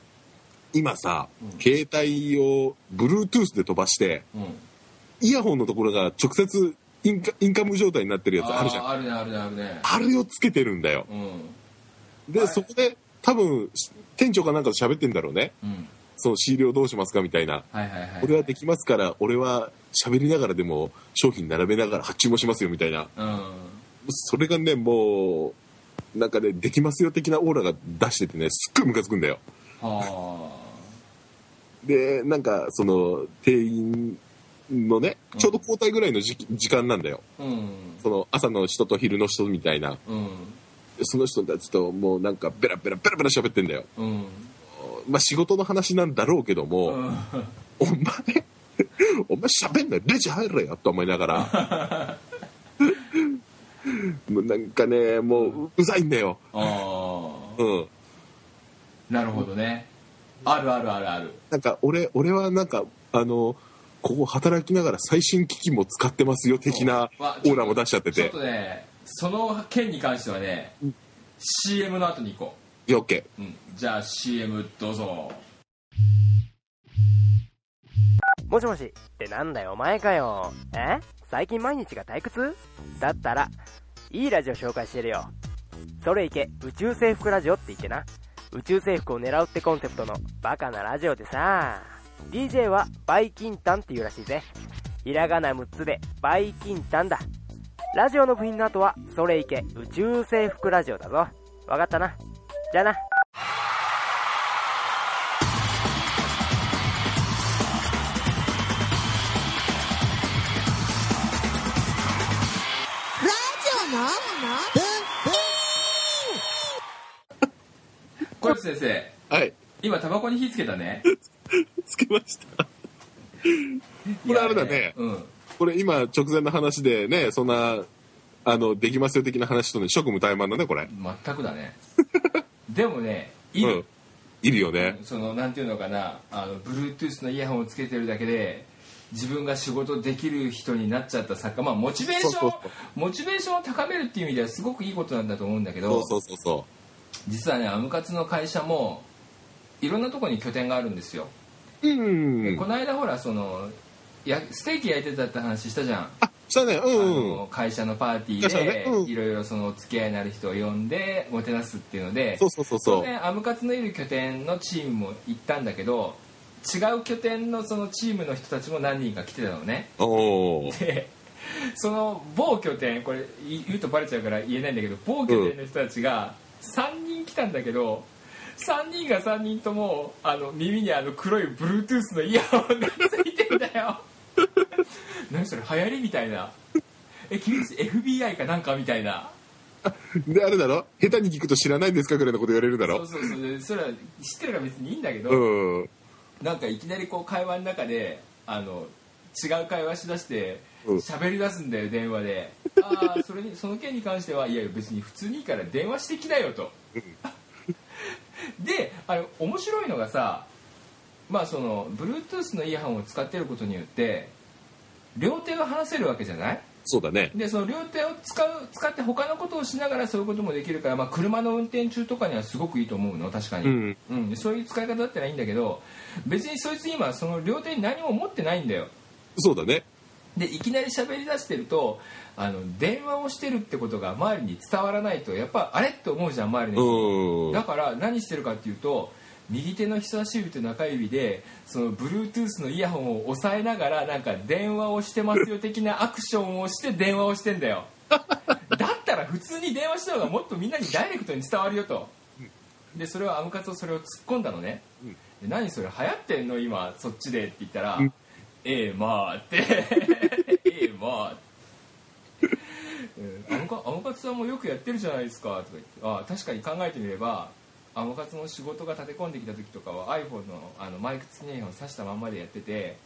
Speaker 2: 今さ
Speaker 1: う、ん
Speaker 2: 携帯を Bluetooth で飛ばして、
Speaker 1: うん
Speaker 2: イヤホンのところが直接インカインカム状態になってるやつあるじゃん
Speaker 1: あー
Speaker 2: あ
Speaker 1: あるねあるねあるね
Speaker 2: れをつけてるんだよ
Speaker 1: うん
Speaker 2: で、そこで多分店長かなんかと喋ってんだろうね
Speaker 1: うん
Speaker 2: その仕入れをどうしますかみたいな
Speaker 1: はいはいはい
Speaker 2: 俺はできますから俺は喋りながらでも商品並べながら発注もしますよみたいな
Speaker 1: うん
Speaker 2: それがねもうなんかねできますよ的なオーラが出しててねすっごいムカつくんだよ
Speaker 1: は
Speaker 2: でなんかその店員のねちょうど交代ぐらいの時期時間なんだよ
Speaker 1: あうん
Speaker 2: その朝の人と昼の人みたいな
Speaker 1: うん
Speaker 2: その人たちともうなんかベラベラベラベラ喋ってんだよ
Speaker 1: うん
Speaker 2: まあ仕事の話なんだろうけども、
Speaker 1: うん
Speaker 2: お前、 お前喋んない、レジ入れよと思いながら。 もうなんかね、もうううざいんだよ。
Speaker 1: ああ
Speaker 2: うん。
Speaker 1: なるほどねあるあるあるある
Speaker 2: なんか俺、俺はなんか、あの、ここ働きながら最新機器も使ってますよ的な
Speaker 1: そうわ
Speaker 2: オーラも出しちゃって
Speaker 1: ちょってと。ねその件に関してはね CM の後に行こ
Speaker 2: いや OK。
Speaker 1: う、うん、じゃあ CM どうぞ
Speaker 5: もしもしってなんだよお前かよえ最近毎日が退屈だったらいいラジオ紹介してるよそれいけ宇宙制服ラジオって言ってな宇宙制服を狙うってコンセプトのバカなラジオでさ DJ はバイキンタンっていうらしいぜひらがな6つでバイキンタンだラジオの部品の後はそれいけ宇宙制服ラジオだぞわかったなじゃあな
Speaker 1: 小籔先生
Speaker 2: はい。
Speaker 1: 今タバコに火つけたね
Speaker 2: つけました。 これあれだね
Speaker 1: いやうん
Speaker 2: これ今直前の話でね、そんな、あの、できますよ的な話とね、職務怠慢だね、これ。
Speaker 1: 全くだ ねでもねいる、
Speaker 2: うん。いるよね。
Speaker 1: そのなんていうのかなあの Bluetooth のイヤホンをつけてるだけで自分が仕事できる人になっちゃった作家まあモチベーション
Speaker 2: そうそうそう
Speaker 1: モチベーションを高めるっていう意味ではすごくいいことなんだと思うんだけど
Speaker 2: そうそうそうそう。
Speaker 1: 実はねアムカツの会社もいろんなとこに拠点があるんですよ、
Speaker 2: うん
Speaker 1: こ。の間ほらそのやステーキ焼いてたって話したじゃん、
Speaker 2: あ、したね。う
Speaker 1: あ
Speaker 2: んうん。
Speaker 1: の会社のパーティ
Speaker 2: 会社のねう
Speaker 1: ー
Speaker 2: ん
Speaker 1: でいろいろそのお付き合いのある人を呼んでもてなすっていうので
Speaker 2: そうそうそうそう。
Speaker 1: ねアムカツのいる拠点のチームも行ったんだけど違う拠点のそのチームの人たちも何人か来てたのね
Speaker 2: おー
Speaker 1: でその某拠点これい言うとバレちゃうから言えないんだけど某拠点の人たちが3人来たんだけど3人が3人ともあの耳にあの黒い Bluetooth のイヤホンがついてんだよ何それ流行りみたいなえ君たち FBI かなんかみたいな
Speaker 2: で、あれだろ下手に聞くと知らないんですかぐらいのこと言われるだ
Speaker 1: そ
Speaker 2: ろ
Speaker 1: うそうそうでそれは知ってるから別にいいんだけど、
Speaker 2: うん。
Speaker 1: なんかいきなりこう会話の中であの違う会話しだして
Speaker 2: うん
Speaker 1: 喋り出すんだよ電話でああそれにその件に関してはいやいや別に普通にいいから電話してきなよとであれ面白いのがさまあその Bluetooth のイヤホンを使ってることによって両手が話せるわけじゃない
Speaker 2: そうだね。
Speaker 1: でその両手を使う使って他のことをしながらそういうこともできるから、まあ、車の運転中とかにはすごくいいと思うの確かに、
Speaker 2: うん
Speaker 1: うんそういう使い方だったらいいんだけど別にそいつ今その両手に何も持ってないんだよ
Speaker 2: そうだね。
Speaker 1: でいきなり喋り出してるとあの電話をしてるってことが周りに伝わらないとやっぱあれって思うじゃん周りの
Speaker 2: う
Speaker 1: 人
Speaker 2: ん。
Speaker 1: だから何してるかっていうと右手の人差し指と中指でその Bluetooth のイヤホンを押さえながらなんか電話をしてますよ的なアクションをして電話をしてん だよだったら普通に電話した方がもっとみんなにダイレクトに伝わるよとでそれをアムカツをそれを突っ込んだのね「で何それ流行ってんの今そっちで」って言ったら「ええまあ」って 「ええまあ」ってうんアムカアムカツさんもよくやってるじゃないですか」とか言ってああ確かに考えてみればアムカツの仕事が立て込んできた時とかは iPhone のあのマイク付きのイヤホン挿したまんまでやってて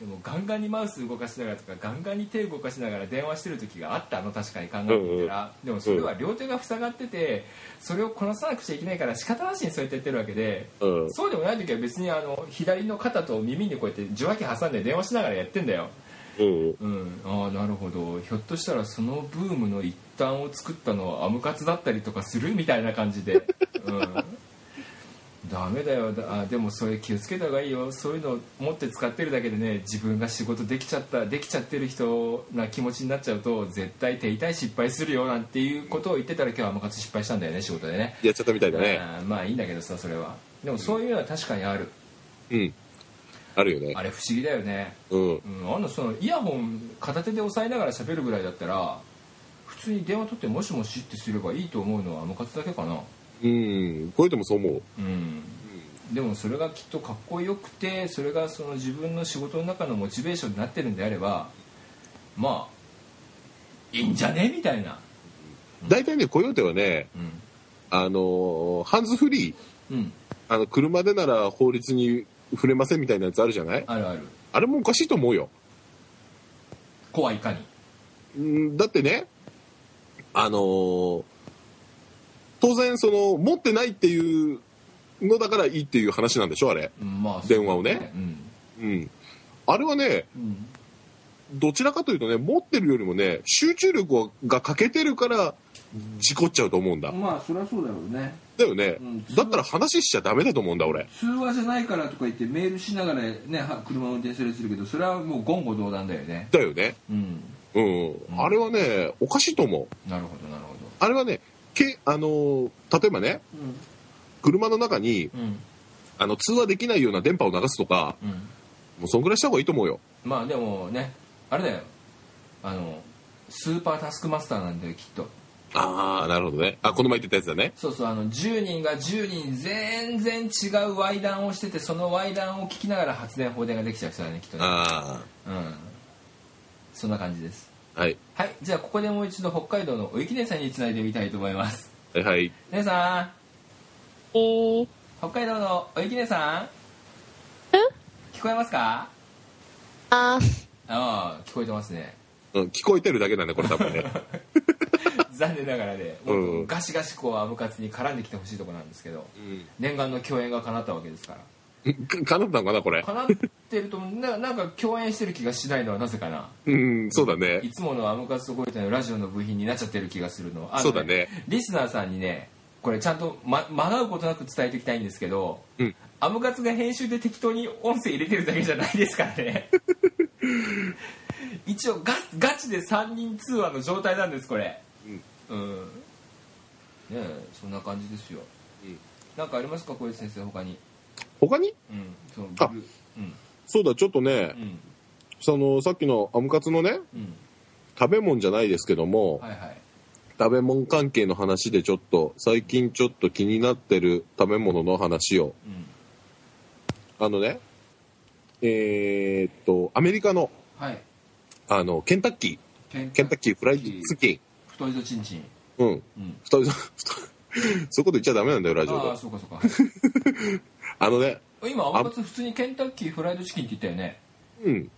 Speaker 1: でもガンガンにマウス動かしながらとかガンガンに手動かしながら電話してる時があったの確かに考えてみたら、でもそれは両手が塞がっててそれをこなさなくちゃいけないから仕方なしにそうやってやってるわけで、
Speaker 2: うん
Speaker 1: そうでもない時は別にあの左の肩と耳にこうやって受話器挟んで電話しながらやってんだよ
Speaker 2: うん。
Speaker 1: うん、ああなるほどひょっとしたらそのブームの一端を作ったのはアムカツだったりとかするみたいな感じで、うん、ダメだよだあでもそれ気をつけた方がいいよそういうのを持って使ってるだけでね自分が仕事できちゃったできちゃってる人な気持ちになっちゃうと絶対手痛い失敗するよなんていうことを言ってたら今日は部活失敗したんだよね仕事でね
Speaker 2: やっちゃったみたいだね。
Speaker 1: あーまあいいんだけどさそれはでもそういうのは確かにある
Speaker 2: うん。あるよね
Speaker 1: あ。れ不思議だよね
Speaker 2: うん。
Speaker 1: うん、あのそのイヤホン片手で押さえながら喋るぐらいだったら普通に電話取って「もしもし」ってすればいいと思うのはあの活だけかな
Speaker 2: うん。これでもそう思う。
Speaker 1: うんでもそれがきっとかっこよくてそれがその自分の仕事の中のモチベーションになってるんであればまあいいんじゃねみたいな
Speaker 2: 大体ね、コヨーテはね、
Speaker 1: うん
Speaker 2: あのーハンズフリー、
Speaker 1: うん
Speaker 2: あの、車でなら法律に触れませんみたいなやつあるじゃない
Speaker 1: あるある
Speaker 2: あれもおかしいと思うよ。
Speaker 1: 怖いかに
Speaker 2: うんだってね、あのー当然その、持ってないっていうのだからいいっていう話なんでしょ、あれ。
Speaker 1: うんまあそう
Speaker 2: 電話をねうん。あれはね、
Speaker 1: うん、うん、
Speaker 2: どちらかというとね、持ってるよりもね、集中力が欠けてるから、事故っちゃうと思うんだ。
Speaker 1: まあそりゃそうだろうね
Speaker 2: だよね
Speaker 1: うん。
Speaker 2: だったら話しちゃダメだと思うんだ、俺。
Speaker 1: 通話じゃないからとか言ってメールしながらねは車を運転したりするけどそれはもう言語道断だよね
Speaker 2: だよね。
Speaker 1: うん
Speaker 2: うん。あれはね、おかしいと思う。
Speaker 1: なるほどなるほ
Speaker 2: あれはね、け、あのー例えばね、
Speaker 1: どうん
Speaker 2: 車の中に、
Speaker 1: うん
Speaker 2: あの、通話できないような電波を流すとか、
Speaker 1: うん
Speaker 2: もうそんぐらいした方がいいと思うよ。
Speaker 1: まあでもねあれだよあのスーパータスクマスターなんだよきっと
Speaker 2: ああ、なるほどね。あ、この前言ってたやつだね。
Speaker 1: そうそうあの10人が10人全然違う Y 談をしててその Y 談を聞きながら発電放電ができちゃう人だねきっとね
Speaker 2: あ
Speaker 1: うんそんな感じです
Speaker 2: あ、はい。
Speaker 1: はいじゃあここでもう一度北海道のお雪姉さんにつないでみたいと思います
Speaker 2: はいはい。
Speaker 1: 姉さん
Speaker 4: えー、
Speaker 1: 北海道のおゆきねさ
Speaker 4: え
Speaker 1: ん聞こえますか
Speaker 4: あー、
Speaker 1: ああ聞こえてますね
Speaker 2: うん、聞こえてるだけなんだ、これ多分ね。
Speaker 1: 残念ながらね
Speaker 2: う
Speaker 1: も
Speaker 2: ん
Speaker 1: っとガシガシこうアムカツに絡んできてほしいとこなんですけど
Speaker 2: う
Speaker 1: 念願の共演が叶ったわけですから
Speaker 2: ん。か叶ったのかな、これ。
Speaker 1: 叶ってるとななんか共演してる気がしないのはなぜかな
Speaker 2: うん、そうだね
Speaker 1: い。つものアムカツとこいてのラジオの部品になっちゃってる気がするのあの
Speaker 2: そうだね
Speaker 1: リスナーさんにねこれちゃんとま間が合うことなく伝えていきたいんですけど、
Speaker 2: うん
Speaker 1: アムカツが編集で適当に音声入れてるだけじゃないですからね 一応ガガチで3人通話の状態なんですこれうん、ねえそんな感じですよ、
Speaker 2: うん
Speaker 1: なんかありますか小池先生他に
Speaker 2: 他に
Speaker 1: うんその
Speaker 2: あ
Speaker 1: うん
Speaker 2: そうだ、ちょっとね
Speaker 1: う、ん
Speaker 2: その、さっきのアムカツのね、
Speaker 1: うん
Speaker 2: 食べ物じゃないですけども、
Speaker 1: はいはい
Speaker 2: 食べ物関係の話でちょっと、最近ちょっと気になってる食べ物の話を、
Speaker 1: うん
Speaker 2: あのね、えーっと、アメリカの、
Speaker 1: はい
Speaker 2: あの、ケンタッキ
Speaker 1: ケン
Speaker 2: ー、ケンタッキーフライチキン、
Speaker 1: 太いぞちんちん
Speaker 2: うん、
Speaker 1: うん
Speaker 2: 太い、太い、そういうこと言っちゃダメなんだよ、ラジオ
Speaker 1: ああ
Speaker 2: で。
Speaker 1: そうかそうか
Speaker 2: あのね、
Speaker 1: 今アムカツ普通にケンタッキーフライドチキンって言ったよね
Speaker 2: うん、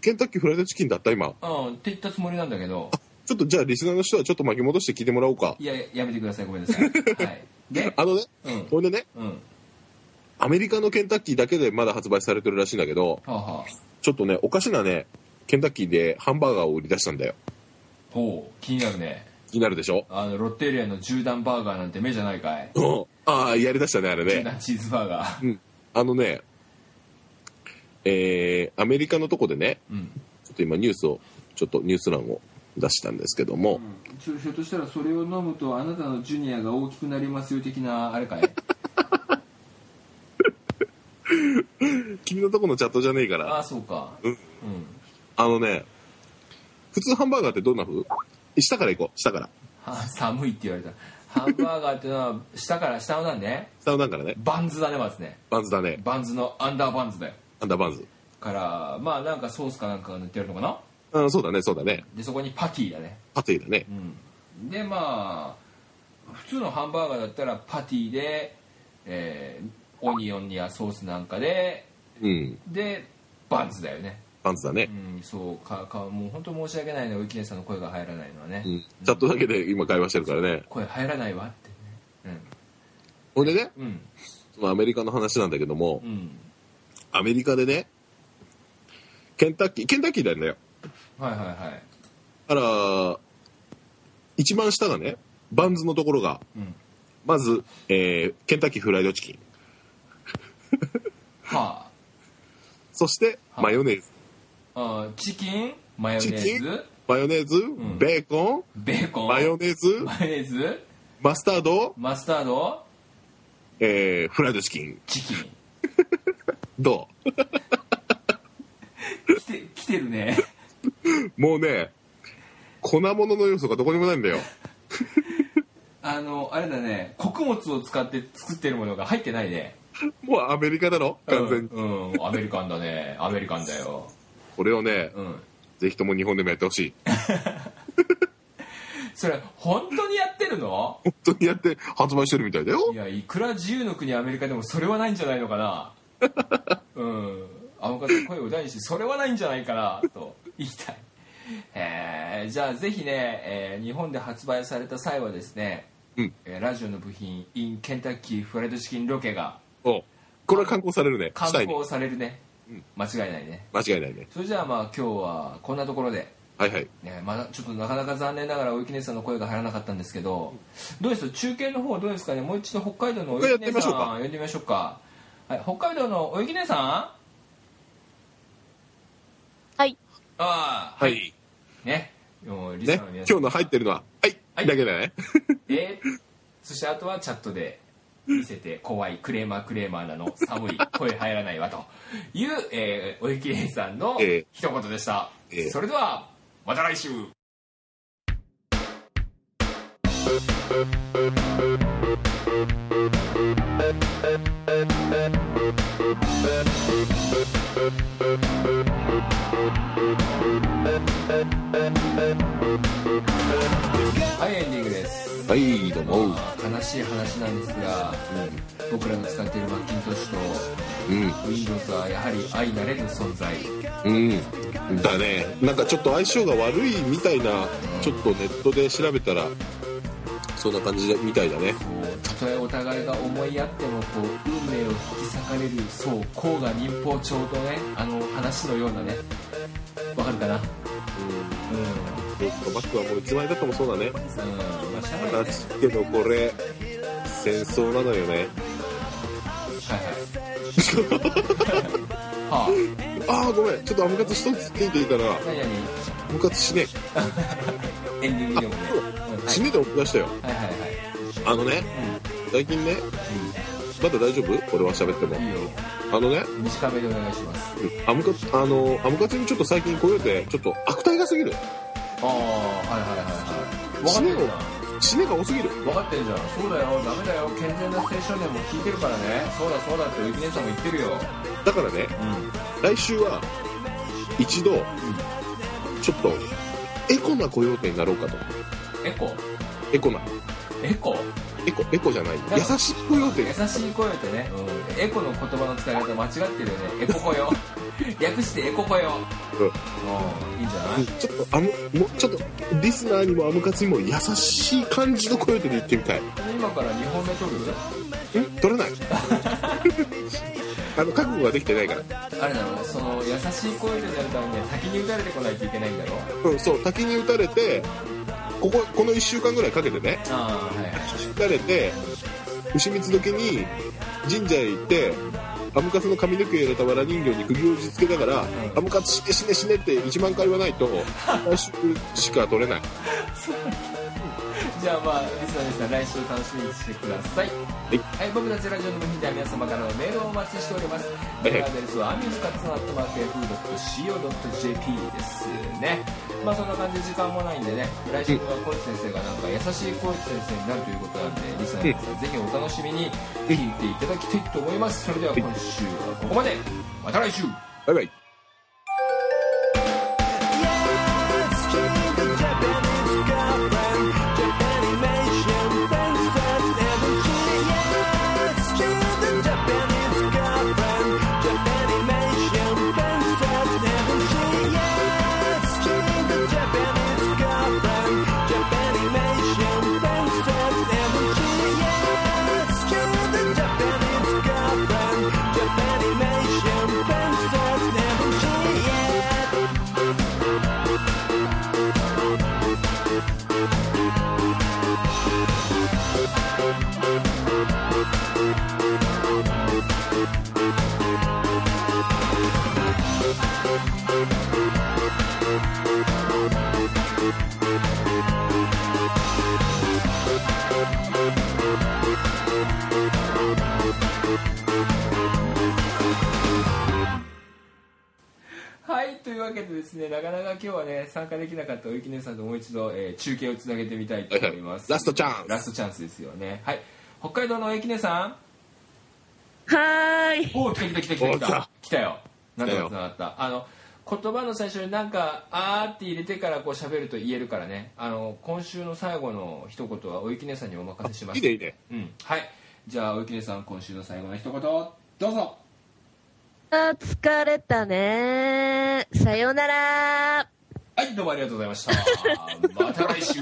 Speaker 2: ケンタッキーフライドチキンだった、今。
Speaker 1: うんって言ったつもりなんだけど
Speaker 2: ちょっとじゃあ、リスナーの人はちょっと巻き戻して聞いてもらおうか。
Speaker 1: いややめてくださいごめん なさいはいで
Speaker 2: あのね、
Speaker 1: うん
Speaker 2: ほんでね、
Speaker 1: うんは
Speaker 2: アメリカのケンタッキーだけでまだ発売されてるらしいんだけど、
Speaker 1: あはあ
Speaker 2: ちょっとね、おかしなね、ケンタッキーでハンバーガーを売り出したんだよ。
Speaker 1: ほう気になるね
Speaker 2: 気になるでしょ
Speaker 1: あのロッテリアの十段バーガーなんて目じゃないかい
Speaker 2: うんああ、やりだしたね、あれ
Speaker 1: 十
Speaker 2: ね。
Speaker 1: 段チーズバーガー
Speaker 2: うん。あのね、えー、アメリカのとこでね、
Speaker 1: うん
Speaker 2: ちょっと今ニュースを、ちょっとニュース欄を出したんですけども、
Speaker 1: ひょっとしたらそれを飲むとあなたのジュニアが大きくなりますよ的なあれかい
Speaker 2: 君のとこのチャットじゃねえから、
Speaker 1: あ
Speaker 2: あ
Speaker 1: あそうか
Speaker 2: うんのね、普通ハンバーガーってどんな風下から行こう、下から。
Speaker 1: は寒いって言われたハンバーガーってのは下から下のなんね
Speaker 2: 下の段からね、
Speaker 1: バンズだねまずね
Speaker 2: バンズだね、
Speaker 1: バンズのアンダーバンズだよ
Speaker 2: アンダーバンズ。
Speaker 1: からまあなんかソースかなんかが塗ってあるのかな
Speaker 2: うん、そうだね、そうだね。
Speaker 1: でそこにパティだね
Speaker 2: パティだね。
Speaker 1: うんでまあ普通のハンバーガーだったらパティで、えーオニオンやソースなんかで
Speaker 2: うん、
Speaker 1: でバンズだよね
Speaker 2: バンズだね
Speaker 1: う。んそうかかもう本当申し訳ないねウキネさんの声が入らないのはね、
Speaker 2: うん、チャットだけで今会話してるからね。
Speaker 1: 声入らないわってね
Speaker 2: ほんでね、
Speaker 1: うんうん
Speaker 2: そのアメリカの話なんだけども、
Speaker 1: うん
Speaker 2: アメリカでね、ケンタッキー、ケンタッキーなんだよ。
Speaker 1: はいはいはい
Speaker 2: あら、一番下がね、バンズのところが、
Speaker 1: うん
Speaker 2: まず、えーケンタッキーフライドチキン。
Speaker 1: は
Speaker 2: そして、
Speaker 1: はい
Speaker 2: マヨネーズ。
Speaker 1: ああーチキンマヨネ
Speaker 2: チキ
Speaker 1: ー
Speaker 2: ン
Speaker 1: ズ
Speaker 2: マヨネーズ、
Speaker 1: ん
Speaker 2: ベーコン、
Speaker 1: ベーコン
Speaker 2: マヨネーズ、
Speaker 1: マヨネーズ
Speaker 2: マスタード、
Speaker 1: マスタード
Speaker 2: えー、フライドチキン。
Speaker 1: チキン
Speaker 2: どう
Speaker 1: 来て来てるね
Speaker 2: もう ね、粉物の要素がどこにもない んだよ。
Speaker 1: あのあれだね穀物を使って作ってるものが入ってないね
Speaker 2: もうアメリカだろ完全に。
Speaker 1: うん、うんアメリカンだねアメリカンだよ
Speaker 2: これをね、
Speaker 1: うん
Speaker 2: ぜひとも日本でもやってほしい。
Speaker 1: それ本当にやってるの
Speaker 2: 本当にやって発売してるみたいだよ
Speaker 1: い。やいくら自由の国アメリカでもそれはないんじゃないのかなうんあの方声を大にしてそれはないんじゃないかなと言いたいえーじゃあぜひね、えー日本で発売された際はですね、
Speaker 2: うん
Speaker 1: えーラジオの部品 in ケンタッキーフライドチキンロケが
Speaker 2: おこれは観光されるね。
Speaker 1: 観
Speaker 2: したいね。
Speaker 1: 光されるね、間違いないね
Speaker 2: 間違いないね。
Speaker 1: それじゃあまあ今日はこんなところで
Speaker 2: はいはい。
Speaker 1: ねまだちょっとなかなか残念ながらおゆき姉さんの声が入らなかったんですけどどうです中継の方どうですかねもう一度北海道のおゆき姉さん
Speaker 2: や
Speaker 1: 呼んでみましょうか、はい、北海道のおゆき姉さんあ
Speaker 4: はい。
Speaker 1: あ
Speaker 2: はい。
Speaker 1: ねもうリス
Speaker 2: ね
Speaker 1: ナーの、皆さん、
Speaker 2: 今日の入ってるのは、はい、
Speaker 1: はい
Speaker 2: だけだね。
Speaker 1: でそしてあとはチャットで見せて怖いクレーマークレーマー なの寒い声入らないわという、えーおゆき姉さんの
Speaker 2: ええ
Speaker 1: 一言でした、
Speaker 2: ええ
Speaker 1: それではまた来週はいエンディングです
Speaker 2: はい、どうも。
Speaker 1: 悲しい話なんですが、僕らの使っているマッキントッシュ
Speaker 2: うん。
Speaker 1: と Windows はやはり相慣れぬ存在
Speaker 2: うん、だねなんかちょっと相性が悪いみたいなちょっとネットで調べたらそんな感じみたいだね
Speaker 1: こうたとえお互いが思い合ってもこう運命を引き裂かれるそう甲賀忍法帳とねあの話のようなねわかるかなうんう
Speaker 2: ロックバックはもういつまでだってもそうだね
Speaker 1: んまあしゃあないね
Speaker 2: 私けどこれ戦争なのよね
Speaker 1: はいはいは
Speaker 2: ああごめんちょっとアムカツ一つついていたら
Speaker 1: あ何々
Speaker 2: アムカツしね
Speaker 1: エンディングでもね、
Speaker 2: あそう
Speaker 1: うん
Speaker 2: えしねえで思い出したよ
Speaker 1: はいはいはいはい
Speaker 2: あのね最近ねまだ大丈夫これは喋っても
Speaker 1: うんいいよ
Speaker 2: あのね
Speaker 1: 短めでお願いします
Speaker 2: アムカツあのアムカツにちょっと最近来ようてちょっと悪態が過ぎる
Speaker 1: ああはいはいはいはい分か
Speaker 2: し
Speaker 1: って
Speaker 2: ね
Speaker 1: るな
Speaker 2: しねが多すぎる
Speaker 1: 分かってるじゃんそうだよダメだよ健全な青少年も聞いてるからねそうだそうだってゆき姉さんも言ってるよ
Speaker 2: だからね
Speaker 1: う
Speaker 2: 来週は一度ちょっとエコな雇用店になろうかと
Speaker 1: んエコ
Speaker 2: エコな
Speaker 1: エコ
Speaker 2: エコエコじゃない優しい雇用店
Speaker 1: 優しい声ってね、エコの言葉の使い方間違ってるよねエコ 子よ略してエコ子よ
Speaker 2: うん
Speaker 1: うんいいんじゃな
Speaker 2: うんちょっとあのもうちょっとリスナーにもアムカツにも優しい感じの雇用店に行ってみたい
Speaker 1: い今から2本目撮る
Speaker 2: ん取れないあの覚悟ができてないから
Speaker 1: あれなのその優しい声でなるためには先に打たれてこないといけないんだろ
Speaker 2: うんそう滝に打たれてこここの1週間ぐらいかけてね
Speaker 1: ああはいはい
Speaker 2: 打たれて牛三つ時に神社へ行ってアムカツの髪の毛を入れたわら人形に釘を打ち付けながら、アムカツ死ね死ね死ねって1万回言わないと来週しか取れない
Speaker 1: じゃあまあリスナーの皆さん来週楽しみにしてくださいはい
Speaker 2: い、
Speaker 1: 僕たちラジオの部品では皆様からのメールをお待ちしておりますメールアドレスはアミューズカッツアットマーク F.CO.jp ですねまあそんな感じで時間もないんでね来週はコーチ先生がなんか優しいコーチ先生になるということなんでリスナーの皆さんぜひお楽しみに聞いていただきたいと思いますそれでは今週はここまでまた来週
Speaker 2: バイバイ
Speaker 6: Japanese girlfriend, Japanimation, pencils, never
Speaker 1: いうわけでですねなかなか今日はね参加できなかったおゆきねさんともう一度、えー中継をつなげてみたいと思います
Speaker 2: ラストチャンス
Speaker 1: ラストチャンスですよねはい北海道のおゆきねさん
Speaker 4: はーい。
Speaker 1: おお来た来た来た来た来
Speaker 2: お来た
Speaker 1: た来たよなん
Speaker 2: 来た
Speaker 1: か
Speaker 2: よ
Speaker 1: つながったあの言葉の最初になんか「あー」って入れてからこう喋ると言えるからねあの今週の最後の一言はおゆきねさんにお任せしま
Speaker 2: い
Speaker 1: す
Speaker 2: いねいいね
Speaker 1: うんはいじゃあおゆきねさん今週の最後の一言どうぞ
Speaker 4: あー疲れたねー。さよなら
Speaker 1: はいどうもありがとうございましたまた来週